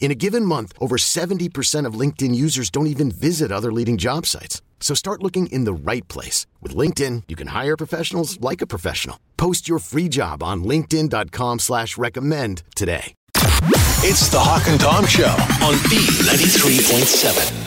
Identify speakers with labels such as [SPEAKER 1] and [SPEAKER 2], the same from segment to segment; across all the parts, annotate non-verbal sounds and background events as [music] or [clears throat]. [SPEAKER 1] In a given month, over 70% of LinkedIn users don't even visit other leading job sites. So start looking in the right place. With LinkedIn, you can hire professionals like a professional. Post your free job on linkedin.com slash recommend today.
[SPEAKER 2] It's the Hawk and Tom Show on B93.7.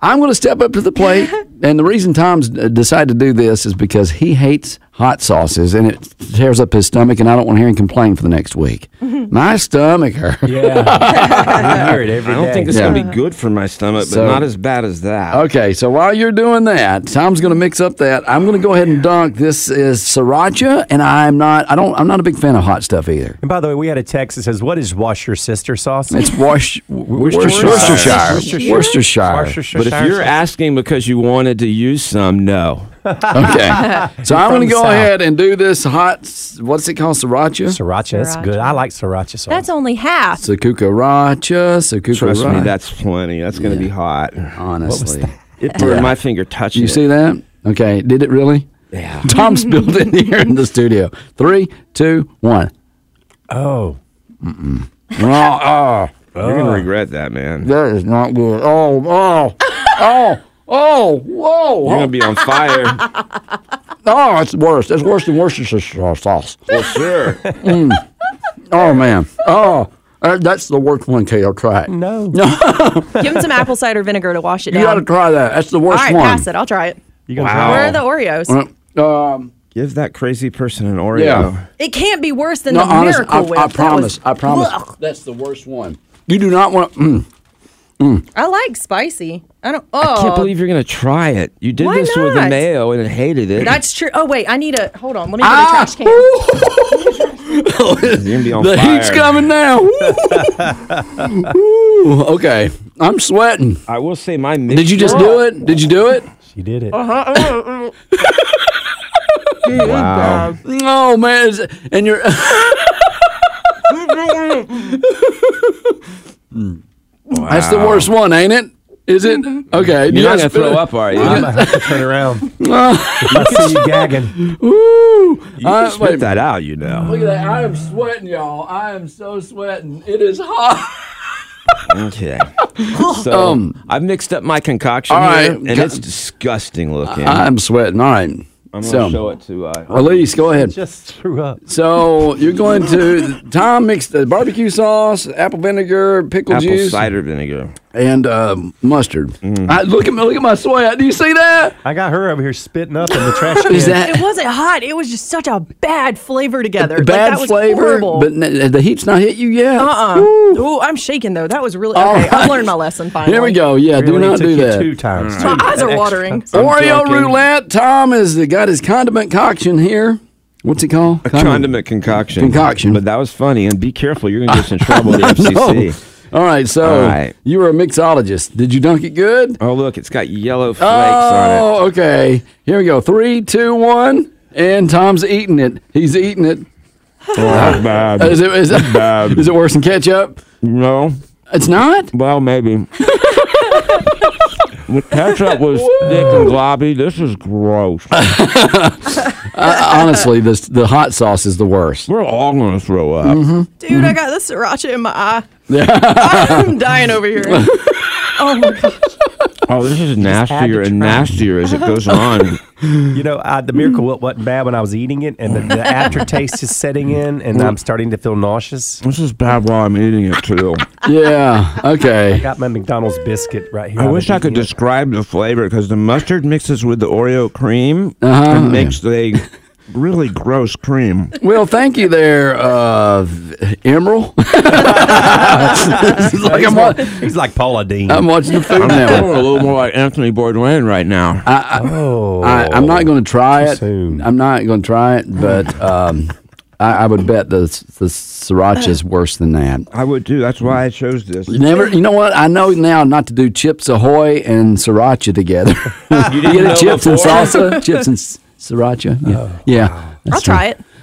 [SPEAKER 3] I'm going to step up to the plate. and the reason Tom's uh, decided to do this is because he hates hot sauces and it tears up his stomach, and I don't want to hear him complain for the next week. My stomach hurts.
[SPEAKER 4] Yeah. I hear it every
[SPEAKER 5] I don't
[SPEAKER 4] day.
[SPEAKER 5] think this
[SPEAKER 3] Yeah.
[SPEAKER 5] is going to be good for my stomach, but
[SPEAKER 3] So-
[SPEAKER 5] not as bad as that.
[SPEAKER 3] [laughs] Okay, so while you're doing that, Tom's going to mix up that. I'm going to go ahead and dunk. This is sriracha, and I'm not. I don't. I'm not a big fan of hot stuff either.
[SPEAKER 4] And by the way, we had a text that says, "What is wash your sister sauce?"
[SPEAKER 3] It's Worcestershire.
[SPEAKER 4] Worcestershire.
[SPEAKER 3] Worcestershire. Worcestershire.
[SPEAKER 4] Worcestershire
[SPEAKER 5] But if you're
[SPEAKER 4] sauce.
[SPEAKER 5] asking because you wanted to use some, no.
[SPEAKER 3] Okay. So I'm
[SPEAKER 4] from
[SPEAKER 3] going to
[SPEAKER 4] the
[SPEAKER 3] go
[SPEAKER 4] South.
[SPEAKER 3] ahead and do this hot. s- What's it called? Sriracha.
[SPEAKER 4] sriracha, that's good. I like sriracha sauce.
[SPEAKER 6] That's only half.
[SPEAKER 3] [laughs] Sakukaracha, sakukaracha.
[SPEAKER 5] Trust me, that's plenty. That's going to be hot.
[SPEAKER 3] honestly.
[SPEAKER 5] It burned my finger touching
[SPEAKER 3] Uh-huh. You see
[SPEAKER 5] it.
[SPEAKER 3] that? Okay, did it really? [laughs]
[SPEAKER 5] Yeah.
[SPEAKER 3] Tom spilled it here in the studio. Three, two, one. [laughs]
[SPEAKER 4] oh,
[SPEAKER 3] Oh, oh,
[SPEAKER 5] You're going to regret that, man.
[SPEAKER 3] that is not good. Oh, oh, oh, oh,
[SPEAKER 5] You're
[SPEAKER 3] whoa,
[SPEAKER 5] going to be on
[SPEAKER 3] [laughs]
[SPEAKER 5] fire.
[SPEAKER 3] oh, it's worse. That's worse than Worcestershire sauce.
[SPEAKER 5] well, sure.
[SPEAKER 3] Oh man, oh, uh, that's the worst one. Kate, I'll try it.
[SPEAKER 4] no.
[SPEAKER 6] Give him some apple cider vinegar to wash it
[SPEAKER 3] You
[SPEAKER 6] down.
[SPEAKER 3] got to try that. That's the
[SPEAKER 6] All
[SPEAKER 3] worst
[SPEAKER 6] right,
[SPEAKER 3] one.
[SPEAKER 6] pass it. I'll try it.
[SPEAKER 4] You gonna
[SPEAKER 5] Wow.
[SPEAKER 6] Where are the Oreos?
[SPEAKER 3] Um,
[SPEAKER 5] Give that crazy person an Oreo.
[SPEAKER 3] Yeah.
[SPEAKER 6] It can't be worse than
[SPEAKER 3] no,
[SPEAKER 6] the
[SPEAKER 3] honest,
[SPEAKER 6] Miracle
[SPEAKER 3] I,
[SPEAKER 6] Whip.
[SPEAKER 3] I
[SPEAKER 6] That
[SPEAKER 3] promise.
[SPEAKER 6] was-
[SPEAKER 3] I promise.
[SPEAKER 6] Ugh.
[SPEAKER 3] That's the worst one. You do not want. Mm,
[SPEAKER 6] I like spicy. I don't. Oh,
[SPEAKER 5] I can't believe you're going to try it. You did
[SPEAKER 6] Why
[SPEAKER 5] this with the
[SPEAKER 6] not?
[SPEAKER 5] mayo and it hated it.
[SPEAKER 6] that's true. Oh wait, I need a. Hold on. Let me get
[SPEAKER 3] Ah!
[SPEAKER 6] a trash can.
[SPEAKER 5] [laughs] You're going to be on
[SPEAKER 3] The
[SPEAKER 5] fire.
[SPEAKER 3] heat's coming
[SPEAKER 5] [laughs]
[SPEAKER 3] now. Ooh, okay, I'm sweating.
[SPEAKER 5] I will say my mix.
[SPEAKER 3] Did you just do it? Did you do it?
[SPEAKER 4] She did it.
[SPEAKER 5] Uh-huh. Wow.
[SPEAKER 3] No, man. it's- And you're. [laughs] That's the worst one, ain't it? Is
[SPEAKER 5] [laughs]
[SPEAKER 3] it? Okay.
[SPEAKER 5] You're not
[SPEAKER 3] yes, Uh,
[SPEAKER 5] going to throw up, are you?
[SPEAKER 4] I'm gonna have to turn
[SPEAKER 5] [laughs]
[SPEAKER 4] around. I see you gagging.
[SPEAKER 3] Ooh.
[SPEAKER 5] You
[SPEAKER 3] I-
[SPEAKER 5] can spit
[SPEAKER 3] uh, wait.
[SPEAKER 5] that out, you know.
[SPEAKER 3] Look at that. I am sweating, y'all. I am so sweating. It is hot. [laughs]
[SPEAKER 5] Okay. So I've mixed up my concoction
[SPEAKER 3] Um, all
[SPEAKER 5] here,
[SPEAKER 3] right.
[SPEAKER 5] and
[SPEAKER 3] Ca-
[SPEAKER 5] it's disgusting looking. I,
[SPEAKER 3] I'm sweating. All right.
[SPEAKER 5] am gonna
[SPEAKER 3] so-
[SPEAKER 5] show it to. Uh,
[SPEAKER 3] Elise, go ahead.
[SPEAKER 4] Just threw up.
[SPEAKER 3] So you're going to Tom mixed the barbecue sauce, apple vinegar, pickle
[SPEAKER 5] Apple
[SPEAKER 3] juice,
[SPEAKER 5] cider Mm. vinegar.
[SPEAKER 3] and uh, mustard. I, look at my look at my sweat. Do you see that?
[SPEAKER 4] I got her over here spitting up in the trash can.
[SPEAKER 3] Is that
[SPEAKER 6] It wasn't hot. It was just such a bad flavor together. Like,
[SPEAKER 3] bad
[SPEAKER 6] that was
[SPEAKER 3] flavor?
[SPEAKER 6] Horrible.
[SPEAKER 3] But n- the heat's not hit you yet.
[SPEAKER 6] uh-uh. Ooh, I'm shaking though. That was really. Okay, I've learned my lesson finally.
[SPEAKER 3] Oh. Here we go. Oh. Yeah, do
[SPEAKER 4] Really
[SPEAKER 3] not
[SPEAKER 4] took
[SPEAKER 3] do
[SPEAKER 4] you
[SPEAKER 3] that.
[SPEAKER 4] Two times.
[SPEAKER 6] My
[SPEAKER 5] Mm.
[SPEAKER 6] eyes
[SPEAKER 3] [laughs]
[SPEAKER 6] are watering.
[SPEAKER 3] Oreo
[SPEAKER 5] joking.
[SPEAKER 3] roulette. Tom has got his condiment concoction here. What's it called?
[SPEAKER 5] A condiment concoction.
[SPEAKER 3] Concoction.
[SPEAKER 5] But that was funny, and be careful. You're gonna get
[SPEAKER 3] [laughs]
[SPEAKER 5] us in trouble with the FCC.
[SPEAKER 3] All right. So
[SPEAKER 5] All right.
[SPEAKER 3] you were a mixologist. Did you dunk it good?
[SPEAKER 5] Oh look, it's got yellow flakes on it.
[SPEAKER 3] Oh, okay. Here we go. Three, two, one. And Tom's eating it. He's eating it.
[SPEAKER 5] bad.
[SPEAKER 3] Uh, Is it, is, [laughs]
[SPEAKER 5] Bad.
[SPEAKER 3] is it worse than ketchup?
[SPEAKER 5] No.
[SPEAKER 3] It's not.
[SPEAKER 5] Well, maybe. [laughs] The ketchup was thick and globby. This is gross.
[SPEAKER 3] I, Uh, honestly, this, the hot sauce is the worst.
[SPEAKER 5] We're all gonna throw up.
[SPEAKER 3] Mm-hmm.
[SPEAKER 6] Dude, I got the sriracha in my eye.
[SPEAKER 3] [laughs]
[SPEAKER 6] I'm dying over here. Oh my god.
[SPEAKER 5] Oh, this is nastier and nastier as it goes on.
[SPEAKER 4] You know, I, the miracle Whip wasn't bad when I was eating it, and the,
[SPEAKER 5] [laughs]
[SPEAKER 4] the aftertaste is setting in, and I'm starting to feel nauseous.
[SPEAKER 5] This is bad while I'm eating it too.
[SPEAKER 3] Yeah. Okay.
[SPEAKER 4] Got my McDonald's biscuit right here.
[SPEAKER 5] [laughs] I
[SPEAKER 4] I've
[SPEAKER 5] wish
[SPEAKER 4] been
[SPEAKER 5] I could
[SPEAKER 4] eating it.
[SPEAKER 5] describe the flavor because the mustard mixes with the Oreo cream
[SPEAKER 3] Uh-huh.
[SPEAKER 5] and makes the
[SPEAKER 7] really gross cream.
[SPEAKER 3] Well, thank you there, uh, Emerald. [laughs] It's like I'm, wa-
[SPEAKER 4] He's like Paula Dean.
[SPEAKER 5] Oh,
[SPEAKER 3] I'm watching the Food
[SPEAKER 5] [laughs] I'm
[SPEAKER 3] Network.
[SPEAKER 5] a little more like Anthony Bourdain right now.
[SPEAKER 4] oh,
[SPEAKER 3] I, I'm not going to try it.
[SPEAKER 4] soon.
[SPEAKER 3] I'm not going to try it, but um, I, I would bet the the sriracha is worse than that.
[SPEAKER 7] I would too. That's why I chose this.
[SPEAKER 3] You Never, you know what? I know now not to do chips ahoy and sriracha together. you
[SPEAKER 5] didn't
[SPEAKER 3] get a
[SPEAKER 5] know
[SPEAKER 3] chips and
[SPEAKER 5] before?
[SPEAKER 3] salsa, chips and s- sriracha. Yeah, yeah.
[SPEAKER 6] I'll try it.
[SPEAKER 4] [laughs]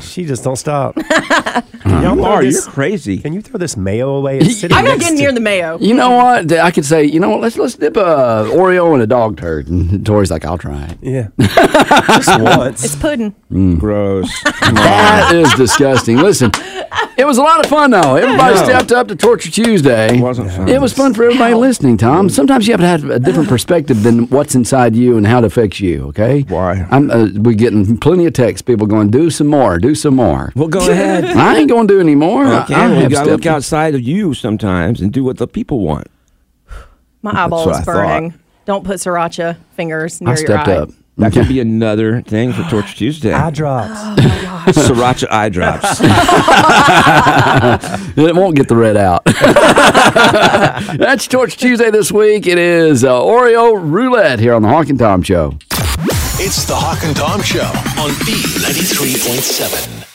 [SPEAKER 4] She just don't
[SPEAKER 6] [laughs]
[SPEAKER 4] stop.
[SPEAKER 5] you
[SPEAKER 4] throw
[SPEAKER 5] are. You're
[SPEAKER 4] this-
[SPEAKER 5] crazy.
[SPEAKER 4] Can you throw this mayo away?
[SPEAKER 6] [laughs]
[SPEAKER 4] It's sitting
[SPEAKER 6] I'm not
[SPEAKER 4] next
[SPEAKER 6] getting
[SPEAKER 4] to-
[SPEAKER 6] near the mayo.
[SPEAKER 3] You know what? I could say, you know what? Let's let's dip a Oreo in a dog turd. [laughs] And Tori's like, I'll try it.
[SPEAKER 4] [laughs] Yeah.
[SPEAKER 6] [laughs]
[SPEAKER 4] just once.
[SPEAKER 6] It's pudding.
[SPEAKER 7] Gross. Come on.
[SPEAKER 3] That is disgusting. Listen, it was a lot of fun though. Everybody
[SPEAKER 7] Yeah.
[SPEAKER 3] stepped up to Torture Tuesday.
[SPEAKER 7] It wasn't fun.
[SPEAKER 3] It was fun for everybody listening, Tom. Sometimes you have to have a different perspective than what's inside you and how it affects you. Okay?
[SPEAKER 7] Why?
[SPEAKER 3] I'm uh, we're getting plenty of texts. People going, do some more, do some more.
[SPEAKER 5] [laughs] Well, go [laughs] ahead.
[SPEAKER 3] I ain't going to do any more. I-
[SPEAKER 5] Okay,
[SPEAKER 3] I
[SPEAKER 5] well, you
[SPEAKER 3] have
[SPEAKER 5] gotta look
[SPEAKER 3] stepped-
[SPEAKER 5] outside of you sometimes and do what the people want.
[SPEAKER 6] My eyeball
[SPEAKER 7] what
[SPEAKER 6] is
[SPEAKER 7] I thought.
[SPEAKER 6] burning. Don't put sriracha fingers near
[SPEAKER 3] I
[SPEAKER 6] your
[SPEAKER 3] stepped
[SPEAKER 6] eye.
[SPEAKER 3] up.
[SPEAKER 5] That could be another thing for Torture [laughs] Tuesday.
[SPEAKER 4] Eye drops.
[SPEAKER 6] [gasps]
[SPEAKER 5] Sriracha eye
[SPEAKER 3] [laughs]
[SPEAKER 5] drops. [laughs]
[SPEAKER 3] It won't get the red out. [laughs] That's Torch Tuesday this week. It is uh, Oreo Roulette here on the Hawk and Tom Show.
[SPEAKER 2] It's the Hawk and Tom Show on B93.7.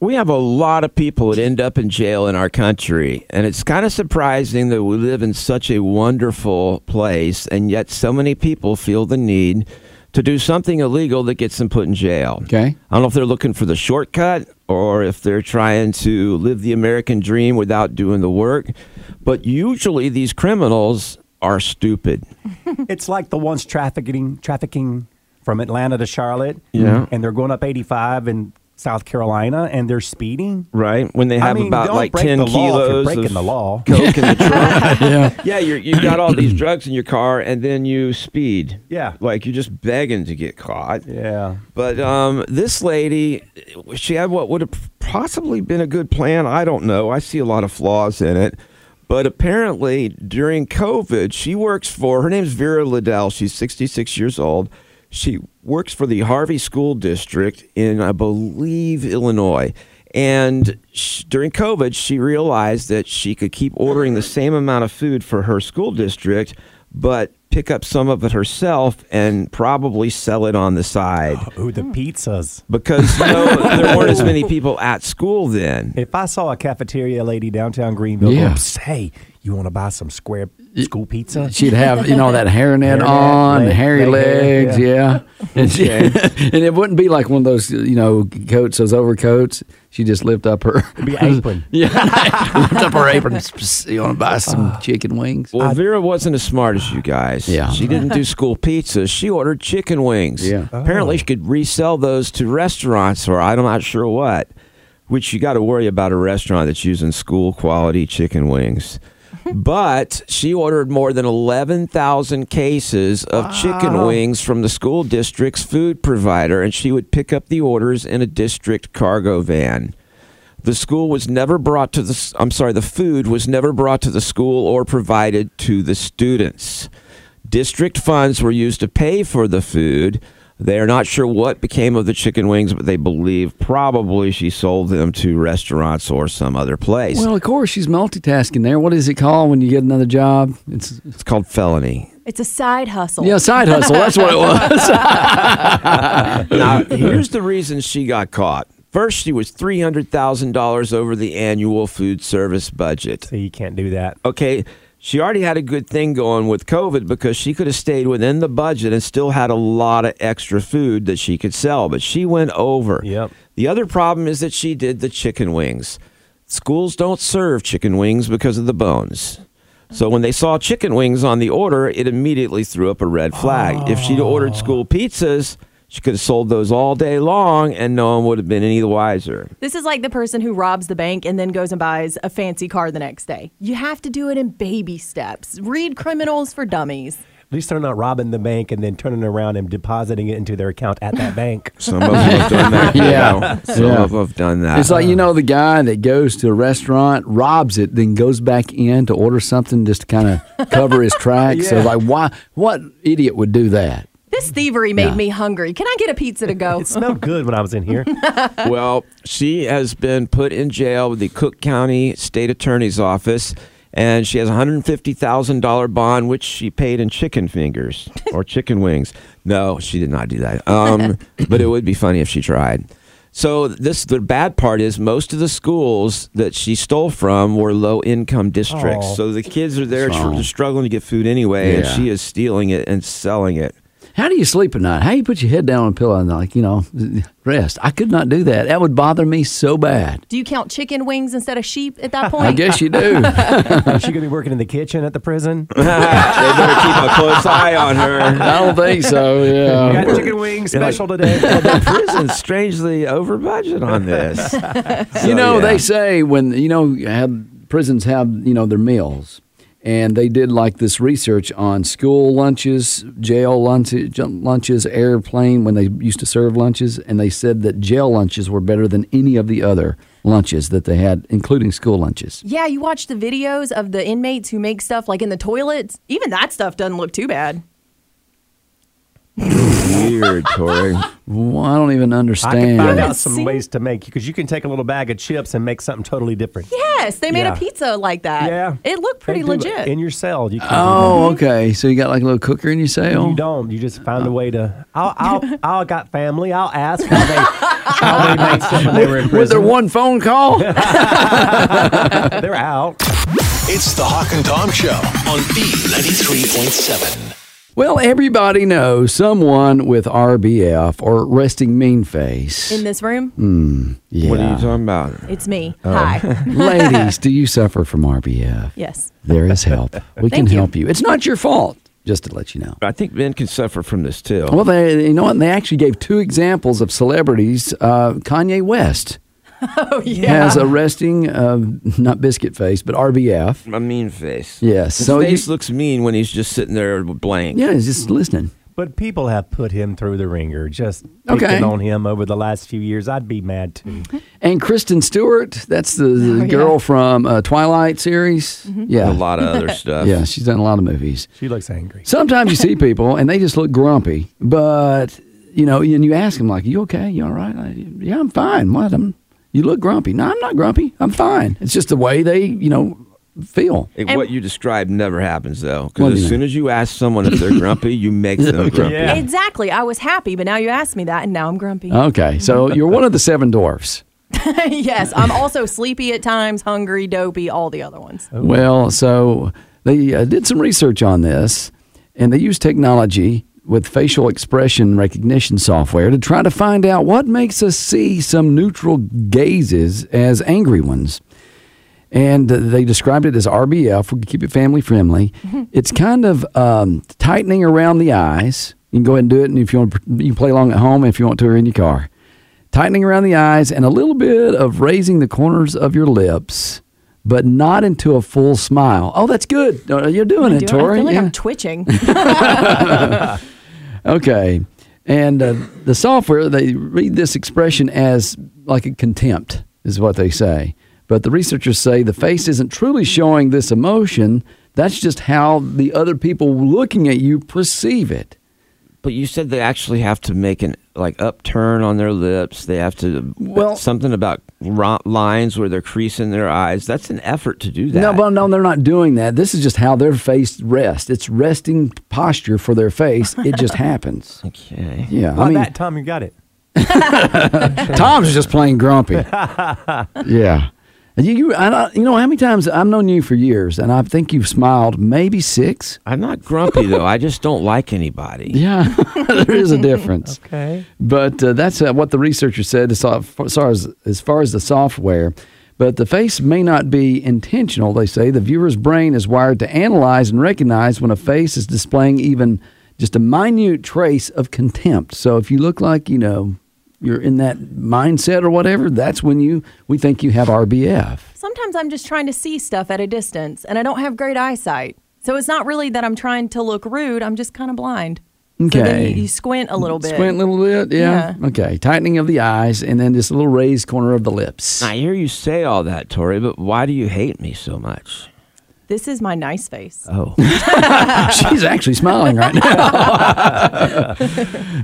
[SPEAKER 5] we have a lot of people that end up in jail in our country, and it's kind of surprising that we live in such a wonderful place, and yet so many people feel the need to do something illegal that gets them put in jail.
[SPEAKER 3] Okay.
[SPEAKER 5] I don't know if they're looking for the shortcut or if they're trying to live the American dream without doing the work, but usually these criminals are stupid.
[SPEAKER 4] It's like the ones trafficking trafficking from Atlanta to Charlotte.
[SPEAKER 5] Yeah.
[SPEAKER 4] And they're going up 85 in South Carolina and they're speeding.
[SPEAKER 5] right? When they
[SPEAKER 4] I
[SPEAKER 5] have
[SPEAKER 4] mean,
[SPEAKER 5] about
[SPEAKER 4] don't
[SPEAKER 5] like
[SPEAKER 4] break
[SPEAKER 5] ten
[SPEAKER 4] the law if you're
[SPEAKER 5] kilos
[SPEAKER 4] breaking
[SPEAKER 5] of
[SPEAKER 4] the law.
[SPEAKER 5] coke in
[SPEAKER 4] [laughs]
[SPEAKER 5] the trunk. yeah, yeah. You're, you got all
[SPEAKER 4] [clears throat]
[SPEAKER 5] these drugs in your car, and then you speed.
[SPEAKER 4] Yeah.
[SPEAKER 5] like you're just begging to get caught.
[SPEAKER 4] Yeah.
[SPEAKER 5] But um, this lady, she had what would have possibly been a good plan. I don't know. I see a lot of flaws in it. But apparently, during COVID, she works for her name's Vera Liddell. She's 66 years old. She works for the Harvey School District in, I believe, Illinois. And sh during COVID, she realized that she could keep ordering the same amount of food for her school district, but pick up some of it herself and probably sell it on the side
[SPEAKER 4] Ooh,
[SPEAKER 6] Hmm.
[SPEAKER 4] the pizzas.
[SPEAKER 5] because you know, there weren't as
[SPEAKER 3] [laughs]
[SPEAKER 5] many people at school then.
[SPEAKER 4] If I saw a cafeteria lady downtown Greenville,
[SPEAKER 3] Yeah.
[SPEAKER 4] going, "Psst, hey, you want to buy some square school pizza?
[SPEAKER 3] She'd have, you know, that hairnet
[SPEAKER 4] Hairnet,
[SPEAKER 3] on, the
[SPEAKER 4] leg-
[SPEAKER 3] hairy
[SPEAKER 4] leg hair,
[SPEAKER 3] legs, yeah. And, she, [laughs] and it wouldn't be like one of those, you know, coats, those overcoats. She just lift up her [laughs]
[SPEAKER 4] Be apron.
[SPEAKER 3] Yeah, Ah. lift up her apron. You want to buy some chicken wings?
[SPEAKER 5] Well, Vera wasn't as smart as you guys.
[SPEAKER 3] Yeah.
[SPEAKER 5] She didn't do school pizza. She ordered chicken wings.
[SPEAKER 3] Yeah.
[SPEAKER 5] Apparently, she could resell those to restaurants or I'm not sure what, which you got to worry about a restaurant that's using school quality
[SPEAKER 3] [laughs]
[SPEAKER 5] chicken wings. But she ordered more than 11,000 cases of chicken wings from the school district's food provider, and she would pick up the orders in a district cargo van. The school was never brought to the I'm sorry, the food was never brought to the school or provided to the students. District funds were used to pay for the food. They are not sure what became of the chicken wings, but they believe probably she sold them to restaurants or some other place.
[SPEAKER 3] Well, of course, she's multitasking there. What is it called when you get another job? It's
[SPEAKER 5] it's called felony.
[SPEAKER 6] It's a side
[SPEAKER 4] Oh.
[SPEAKER 6] hustle.
[SPEAKER 3] yeah, side hustle. That's
[SPEAKER 4] [laughs]
[SPEAKER 3] what it was.
[SPEAKER 5] Now, here's the reason she got caught. First, she was $300,000 over the annual food service budget.
[SPEAKER 4] So you can't do that.
[SPEAKER 5] okay, she already had a good thing going with COVID because she could have stayed within the budget and still had a lot of extra food that she could sell, but she went over.
[SPEAKER 4] Yep.
[SPEAKER 5] The other problem is that she did the chicken wings. Schools don't serve chicken wings because of the bones. So when they saw chicken wings on the order, it immediately threw up a red flag. If she'd ordered school pizzas, she could have sold those all day long and no one would have been any the wiser.
[SPEAKER 6] This is like the person who robs the bank and then goes and buys a fancy car the next day. You have to do it in baby steps. Read Criminals for Dummies.
[SPEAKER 4] At least they're not robbing the bank and then turning around and depositing it into their account at that bank.
[SPEAKER 5] Some of them have done that. you
[SPEAKER 3] [laughs] Yeah.
[SPEAKER 5] know. Some
[SPEAKER 3] Yeah.
[SPEAKER 5] of them have done that.
[SPEAKER 3] It's like you know the guy that goes to a restaurant, robs it, then goes back in to order something just to kind of cover his tracks. So like, why? What idiot would do that?
[SPEAKER 6] This thievery made
[SPEAKER 3] Yeah.
[SPEAKER 6] me hungry. Can I get a pizza
[SPEAKER 3] [laughs]
[SPEAKER 6] to go?
[SPEAKER 4] It smelled good when I was in here.
[SPEAKER 5] well, she has been put in jail with the Cook County State Attorney's Office, and she has a $150,000 bond, which she paid in chicken fingers or chicken wings. No, she did not do that. Um, but it would be funny if she tried. So this the bad part is most of the schools that she stole from were low income districts.
[SPEAKER 4] Aw.
[SPEAKER 5] So the kids are there
[SPEAKER 3] That's
[SPEAKER 5] tr-
[SPEAKER 3] wrong.
[SPEAKER 5] struggling to get food anyway, and
[SPEAKER 3] Yeah.
[SPEAKER 5] she is stealing it and selling it.
[SPEAKER 3] How do you sleep at night? How do you put your head down on a pillow and like, you know, [laughs] rest? I could not do that. That would bother me so bad.
[SPEAKER 6] Do you count chicken wings instead of sheep at that point?
[SPEAKER 3] I guess you do.
[SPEAKER 4] Is she gonna be working in the kitchen at the prison?
[SPEAKER 5] they better keep a close eye on her.
[SPEAKER 3] I don't think so.
[SPEAKER 4] We
[SPEAKER 3] Yeah.
[SPEAKER 4] got chicken wings special
[SPEAKER 5] Well,
[SPEAKER 4] today.
[SPEAKER 5] the prison's strangely over budget
[SPEAKER 3] [laughs]
[SPEAKER 5] on this.
[SPEAKER 3] You
[SPEAKER 5] So,
[SPEAKER 3] know,
[SPEAKER 5] yeah.
[SPEAKER 3] they say when you know have prisons have you know their meals, and they did like this research on school lunches, jail lunches, lunches, airplane when they used to serve lunches, and they said that jail lunches were better than any of the other lunches that they had, including school lunches.
[SPEAKER 6] Yeah, you watch the videos of the inmates who make stuff like in the toilets. Even that stuff doesn't look too bad.
[SPEAKER 5] weird, Tori.
[SPEAKER 3] Well, I don't even
[SPEAKER 4] I can find
[SPEAKER 3] understand.
[SPEAKER 4] out some
[SPEAKER 6] See?
[SPEAKER 4] ways to make because you can take a little bag of chips and make something totally different.
[SPEAKER 6] Yes, they made
[SPEAKER 4] Yeah.
[SPEAKER 6] a pizza like that.
[SPEAKER 4] Yeah,
[SPEAKER 6] It looked
[SPEAKER 4] They
[SPEAKER 6] pretty
[SPEAKER 4] do it.
[SPEAKER 6] legit.
[SPEAKER 4] in your cell. You can
[SPEAKER 3] Oh, okay. So you got like a little cooker in your cell.
[SPEAKER 4] You don't. You just find a way to. I'll. I'll. I'll got family. I'll ask how they. How they made something when they were in
[SPEAKER 3] Was there
[SPEAKER 4] prison.
[SPEAKER 3] one phone
[SPEAKER 4] [laughs]
[SPEAKER 3] call?
[SPEAKER 4] They're out.
[SPEAKER 2] It's the Hawk and Tom Show on B93.7.
[SPEAKER 3] well, everybody knows someone with RBF or resting mean face.
[SPEAKER 6] in this room,
[SPEAKER 3] yeah.
[SPEAKER 5] What are you talking about?
[SPEAKER 6] it's me. Hi. [laughs]
[SPEAKER 3] Ladies, do you suffer from RBF?
[SPEAKER 6] yes.
[SPEAKER 3] There is help. We can
[SPEAKER 6] Thank you.
[SPEAKER 3] help you. It's not your fault, just to let you know.
[SPEAKER 5] I think men can suffer from this too.
[SPEAKER 3] Well, they, you know what? They actually gave two examples of celebrities. Uh, Kanye West
[SPEAKER 6] Oh yeah.
[SPEAKER 3] has a resting, uh, not biscuit face, but RBF.
[SPEAKER 5] A mean face.
[SPEAKER 3] Yes,
[SPEAKER 5] His
[SPEAKER 3] so you-
[SPEAKER 5] face looks mean when he's just sitting there blank.
[SPEAKER 3] Yeah, he's just listening.
[SPEAKER 4] But people have put him through the ringer. Just
[SPEAKER 3] Okay.
[SPEAKER 4] picking on him over the last few years. I'd be mad too.
[SPEAKER 3] And Kristen Stewart, that's the, the
[SPEAKER 6] Oh, yeah. Mm-hmm.
[SPEAKER 3] girl from uh, Twilight series. Yeah.
[SPEAKER 5] A lot of
[SPEAKER 3] [laughs]
[SPEAKER 5] other stuff.
[SPEAKER 3] Yeah, she's done a lot of movies.
[SPEAKER 4] She looks angry.
[SPEAKER 3] Sometimes you see people and they just look grumpy, but you know, and you ask them like, "You okay? You all right?" Like, yeah, I'm fine. What? I'm. You look grumpy. No, I'm not grumpy. I'm fine. It's just the way they, you know, feel.
[SPEAKER 5] It- what you described never happens though,
[SPEAKER 3] What
[SPEAKER 5] because
[SPEAKER 3] do you
[SPEAKER 5] as soon
[SPEAKER 3] mean?
[SPEAKER 5] as you ask someone if they're grumpy,
[SPEAKER 3] [laughs]
[SPEAKER 5] you make them grumpy.
[SPEAKER 4] Yeah.
[SPEAKER 6] Exactly. I was happy, but now you asked me that, and now I'm grumpy.
[SPEAKER 3] Okay, so you're one of the seven dwarfs.
[SPEAKER 6] [laughs] yes, I'm also sleepy at times, hungry, dopey, all the other ones.
[SPEAKER 3] Well, so they uh, did some research on this, and they used technology with facial expression recognition software to try to find out what makes us see some neutral gazes as angry ones. And uh, they described it as RBF. We can keep it family
[SPEAKER 6] [laughs]
[SPEAKER 3] friendly. It's kind of um, tightening around the eyes. You can go ahead and do it, and if you want, to, you can play along at home if you want to, or in your car. Tightening around the eyes and a little bit of raising the corners of your lips, but not into a full smile. Oh, that's good. Uh, You're doing it,
[SPEAKER 6] Do I- I
[SPEAKER 3] Tori.
[SPEAKER 6] feel like
[SPEAKER 3] Yeah.
[SPEAKER 6] I'm twitching.
[SPEAKER 3] Okay. And uh, the software, they read this expression as like a contempt, is what they say. But the researchers say the face isn't truly showing this emotion. That's just how the other people looking at you perceive it.
[SPEAKER 5] But you said they actually have to make an like upturn on their lips. They have to
[SPEAKER 3] Well-
[SPEAKER 5] something about ro- lines where they're creasing their eyes. That's an effort to do that.
[SPEAKER 3] No, but no, they're not doing that. This is just how their face rests. It's resting posture for their face. It just [laughs] happens.
[SPEAKER 5] okay.
[SPEAKER 3] Yeah.
[SPEAKER 4] Well,
[SPEAKER 3] I mean,
[SPEAKER 4] that time you got it.
[SPEAKER 3] [laughs] Tom's just plain grumpy. yeah. And you, you, I, don't- you know, how many times I've known you for years, and I think you've smiled maybe six.
[SPEAKER 5] I'm not grumpy though. I just don't like anybody.
[SPEAKER 3] Yeah, [laughs] there is a difference.
[SPEAKER 4] Okay.
[SPEAKER 3] But uh, that's uh, what the researcher said as far as, far as- as far as the software. But the face may not be intentional, they say. The viewer's brain is wired to analyze and recognize when a face is displaying even just a minute trace of contempt. So if you look like, you know, you're in that mindset or whatever, that's when you we think you have RBF.
[SPEAKER 6] Sometimes I'm just trying to see stuff at a distance, and I don't have great eyesight. So it's not really that I'm trying to look rude. I'm just kind of blind. So then
[SPEAKER 3] Okay.
[SPEAKER 6] you, you squint a little bit.
[SPEAKER 3] Squint a little bit, yeah.
[SPEAKER 6] Yeah.
[SPEAKER 3] Okay, tightening of the eyes and then just a little raised corner of the lips.
[SPEAKER 5] I hear you say all that, Tori, but why do you hate me so much?
[SPEAKER 6] This is my nice face.
[SPEAKER 5] Oh,
[SPEAKER 3] She's actually smiling right now.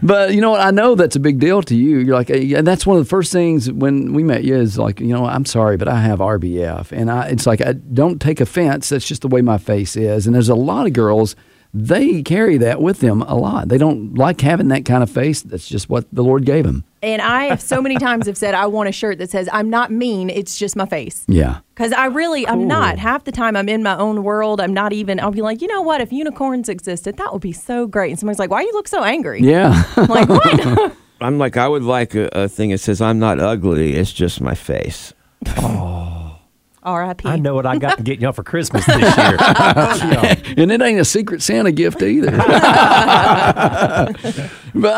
[SPEAKER 3] but you know what? I know that's a big deal to you. You're like, hey, and that's one of the first things when we met you is like, you know, I'm sorry, but I have RBF, and I it's like I don't take offense. That's just the way my face is. And there's a lot of girls. They carry that with them a lot. They don't like having that kind of face. That's just what the Lord gave them.
[SPEAKER 6] And I have so many times have said I want a shirt that says I'm not mean, it's just my face.
[SPEAKER 3] Yeah.
[SPEAKER 6] Because I really, I'm not. Half the time I'm in my own world. I'm not even, I'll be like, you know what? If unicorns existed, that would be so great. And somebody's like, why you look so angry?
[SPEAKER 3] Yeah.
[SPEAKER 6] I'm
[SPEAKER 3] [laughs]
[SPEAKER 6] like, what?
[SPEAKER 5] [laughs]
[SPEAKER 6] [laughs]
[SPEAKER 5] I'm like I would like a, a thing that says I'm not ugly. It's just my face.
[SPEAKER 6] RIP.
[SPEAKER 4] I know what I got to get y'all for
[SPEAKER 3] [laughs]
[SPEAKER 4] Christmas this year.
[SPEAKER 3] And it ain't a secret Santa gift either. [laughs] but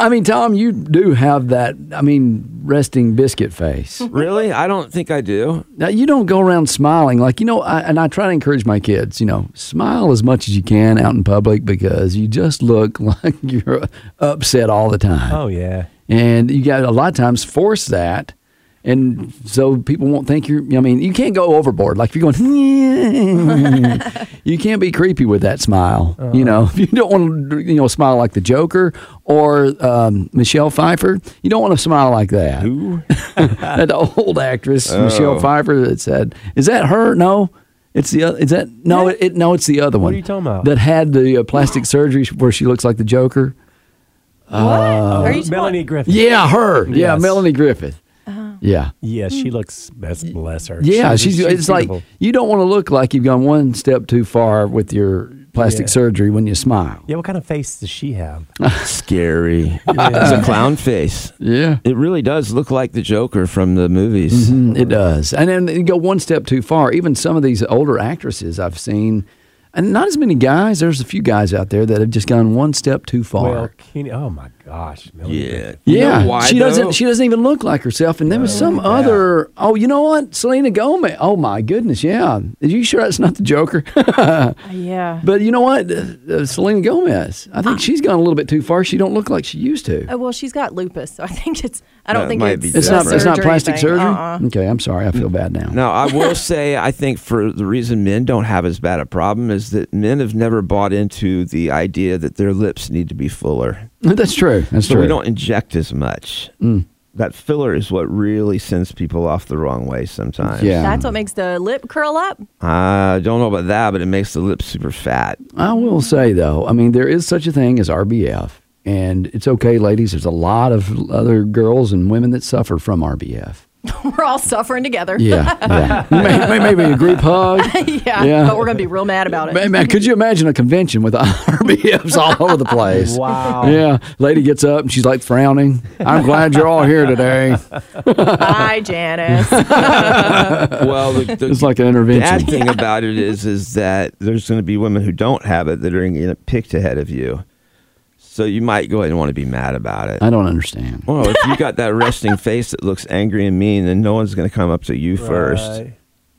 [SPEAKER 3] I mean, Tom, you do have that, I mean, resting biscuit face.
[SPEAKER 5] really? I don't think I do.
[SPEAKER 3] Now, you don't go around smiling. Like, you know, I, and I try to encourage my kids, you know, smile as much as you can out in public because you just look [laughs] like you're upset all the time.
[SPEAKER 4] Oh yeah.
[SPEAKER 3] And you got a lot of times force that. And so people won't think you're, I mean, you can't go overboard. Like if you're going, [laughs] you can't be creepy with that smile.
[SPEAKER 4] Uh-huh.
[SPEAKER 3] You know, [laughs] you don't want to, you know, smile like the Joker or um, Michelle Pfeiffer. You don't want to smile like that. Who? [laughs] that old actress,
[SPEAKER 4] Oh.
[SPEAKER 3] Michelle Pfeiffer, that said, is that her? No. It's the other, is that, no, it, it, no, it's the other one.
[SPEAKER 4] are you talking about?
[SPEAKER 3] That had the uh, plastic surgery where she looks like the Joker.
[SPEAKER 6] what? Are you
[SPEAKER 4] Uh, Melanie
[SPEAKER 6] talking?
[SPEAKER 4] Griffith.
[SPEAKER 3] Uh, Yeah, her. Yeah,
[SPEAKER 4] Yes.
[SPEAKER 3] Melanie Griffith. Yeah.
[SPEAKER 4] Yeah, she looks. That's bless her.
[SPEAKER 3] Yeah, she's, it's like
[SPEAKER 4] beautiful.
[SPEAKER 3] you don't want to look like you've gone one step too far with your plastic
[SPEAKER 4] Yeah.
[SPEAKER 3] surgery when you smile.
[SPEAKER 4] Yeah, what kind of face does she have?
[SPEAKER 5] Scary. [laughs] It's a clown face.
[SPEAKER 3] Yeah.
[SPEAKER 5] It really does look like the Joker from the movies.
[SPEAKER 3] Mm, It does. And then you go one step too far. Even some of these older actresses I've seen, and not as many guys, there's a few guys out there that have just gone one step too far.
[SPEAKER 4] Well, Kenny, oh my gosh, Melanie
[SPEAKER 5] Yeah.
[SPEAKER 4] Griffith.
[SPEAKER 5] You know
[SPEAKER 3] yeah,
[SPEAKER 5] why,
[SPEAKER 3] she
[SPEAKER 5] though?
[SPEAKER 3] doesn't. She doesn't even look like herself. And there was some other. Oh, you know what? Selena Gomez. Oh my goodness. Yeah. Are you sure that's not the Joker?
[SPEAKER 6] Uh, Yeah.
[SPEAKER 3] But you know what, Uh, uh, Selena Gomez, I
[SPEAKER 6] Ah.
[SPEAKER 3] think she's gone a little bit too far. She don't look like she used to.
[SPEAKER 6] Uh, well, she's got lupus, so I think it's, I don't
[SPEAKER 5] That
[SPEAKER 6] think
[SPEAKER 5] might
[SPEAKER 6] it's,
[SPEAKER 5] be
[SPEAKER 3] It's not. It's not
[SPEAKER 6] surgery
[SPEAKER 3] plastic
[SPEAKER 6] thing.
[SPEAKER 3] surgery.
[SPEAKER 6] Uh-uh.
[SPEAKER 3] Okay, I'm sorry. I feel bad now.
[SPEAKER 5] Now, I will say, I think for the reason men don't have as bad a problem is that men have never bought into the idea that their lips need to be fuller.
[SPEAKER 3] [laughs] That's true. That's
[SPEAKER 5] So
[SPEAKER 3] true. Mm.
[SPEAKER 5] we don't inject as much. That filler is what really sends people off the wrong way sometimes.
[SPEAKER 3] Yeah.
[SPEAKER 6] That's what makes the lip curl up. [laughs]
[SPEAKER 5] I don't know about that, but it makes the lips super
[SPEAKER 3] [laughs]
[SPEAKER 5] fat.
[SPEAKER 3] I will say though, I mean, there is such a thing as RBF, and it's okay, ladies. There's a lot of other girls and women that suffer from RBF.
[SPEAKER 6] We're all suffering together.
[SPEAKER 3] Yeah, yeah. May- may- maybe a group hug.
[SPEAKER 6] [laughs] yeah,
[SPEAKER 3] Yeah.
[SPEAKER 6] But we're going to be real mad
[SPEAKER 3] [laughs]
[SPEAKER 6] about it.
[SPEAKER 3] Man, man, could you imagine a convention with [laughs] RBFs all over the place? [laughs]
[SPEAKER 4] Wow.
[SPEAKER 3] Yeah, lady gets up and she's like frowning. I'm glad you're all here today.
[SPEAKER 6] Bye,
[SPEAKER 3] [laughs]
[SPEAKER 6] Janice.
[SPEAKER 5] Well, the, the,
[SPEAKER 3] It's like an
[SPEAKER 5] the
[SPEAKER 3] intervention.
[SPEAKER 5] bad
[SPEAKER 3] [laughs]
[SPEAKER 5] thing about it is, is that there's going to be women who don't have it that are going to get picked ahead of you. So you might go ahead and want to be mad about it.
[SPEAKER 3] I don't understand.
[SPEAKER 5] Well, if you got that resting face that looks angry and mean, then no one's going to come up to you first.
[SPEAKER 4] Right.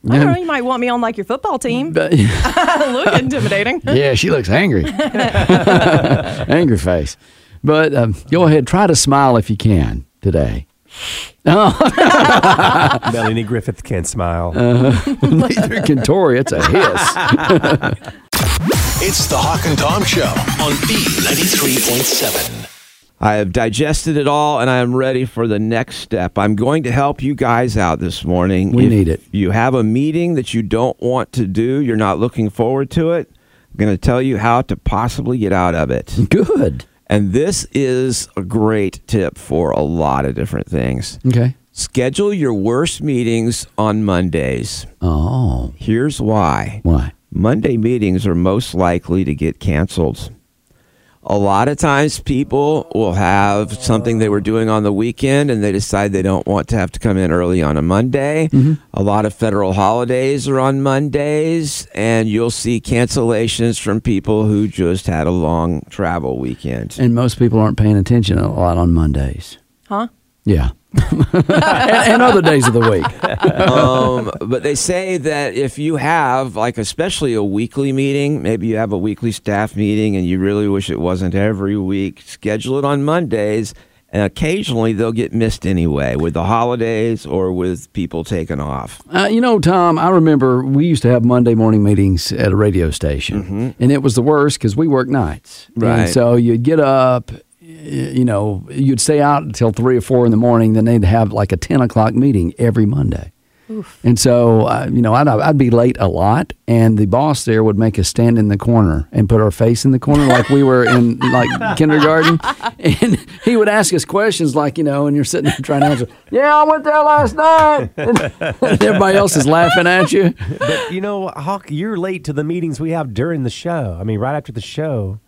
[SPEAKER 6] I don't know. You might want me on like your football team.
[SPEAKER 3] But- [laughs]
[SPEAKER 6] Look intimidating.
[SPEAKER 3] yeah, she looks angry. angry face. But um, go ahead, try to smile if you can today.
[SPEAKER 4] Melanie Griffith can't smile.
[SPEAKER 3] Uh. Neither can Tori. It's a hiss.
[SPEAKER 2] It's the Hawk and Tom Show on B93.7.
[SPEAKER 5] I have digested it all and I am ready for the next step. I'm going to help you guys out this morning.
[SPEAKER 3] We
[SPEAKER 5] If
[SPEAKER 3] need it.
[SPEAKER 5] You have a meeting that you don't want to do, you're not looking forward to it. I'm going to tell you how to possibly get out of it.
[SPEAKER 3] Hmm. Good.
[SPEAKER 5] And this is a great tip for a lot of different things.
[SPEAKER 3] Okay.
[SPEAKER 5] Schedule your worst meetings on Mondays.
[SPEAKER 3] Oh,
[SPEAKER 5] Here's why.
[SPEAKER 3] why?
[SPEAKER 5] Monday meetings are most likely to get canceled. A lot of times people will have something they were doing on the weekend and they decide they don't want to have to come in early on a Monday. A lot of federal holidays are on Mondays, and you'll see cancellations from people who just had a long travel weekend.
[SPEAKER 3] And most people aren't paying attention a lot on Mondays.
[SPEAKER 6] Huh?
[SPEAKER 3] Yeah. [laughs] and, and other days of the week.
[SPEAKER 5] um, but they say that if you have like especially a weekly meeting maybe you have a weekly staff meeting and you really wish it wasn't every week schedule it on mondays And occasionally they'll get missed anyway with the holidays or with people taking
[SPEAKER 4] [laughs]
[SPEAKER 5] off.
[SPEAKER 3] Uh, you know, Tom, I remember we used to have Monday morning meetings at a radio station, and it was the worst because we work nights. And
[SPEAKER 5] Right.
[SPEAKER 3] so you'd get up, y- you know, you'd stay out until three or four in the morning, then they'd have like a 10 o'clock meeting every Monday. And so, uh, you know, I'd, I'd be late a lot, and the boss there would make us stand in the corner and put our face in the corner like we were in like kindergarten. And he would ask us questions like, you know, and you're sitting there trying to answer, yeah, I went there last night. And [laughs] everybody else is laughing at you.
[SPEAKER 4] But you know, Hawk, you're late to the meetings we have during the show. I mean, right after the
[SPEAKER 3] [laughs]
[SPEAKER 4] show,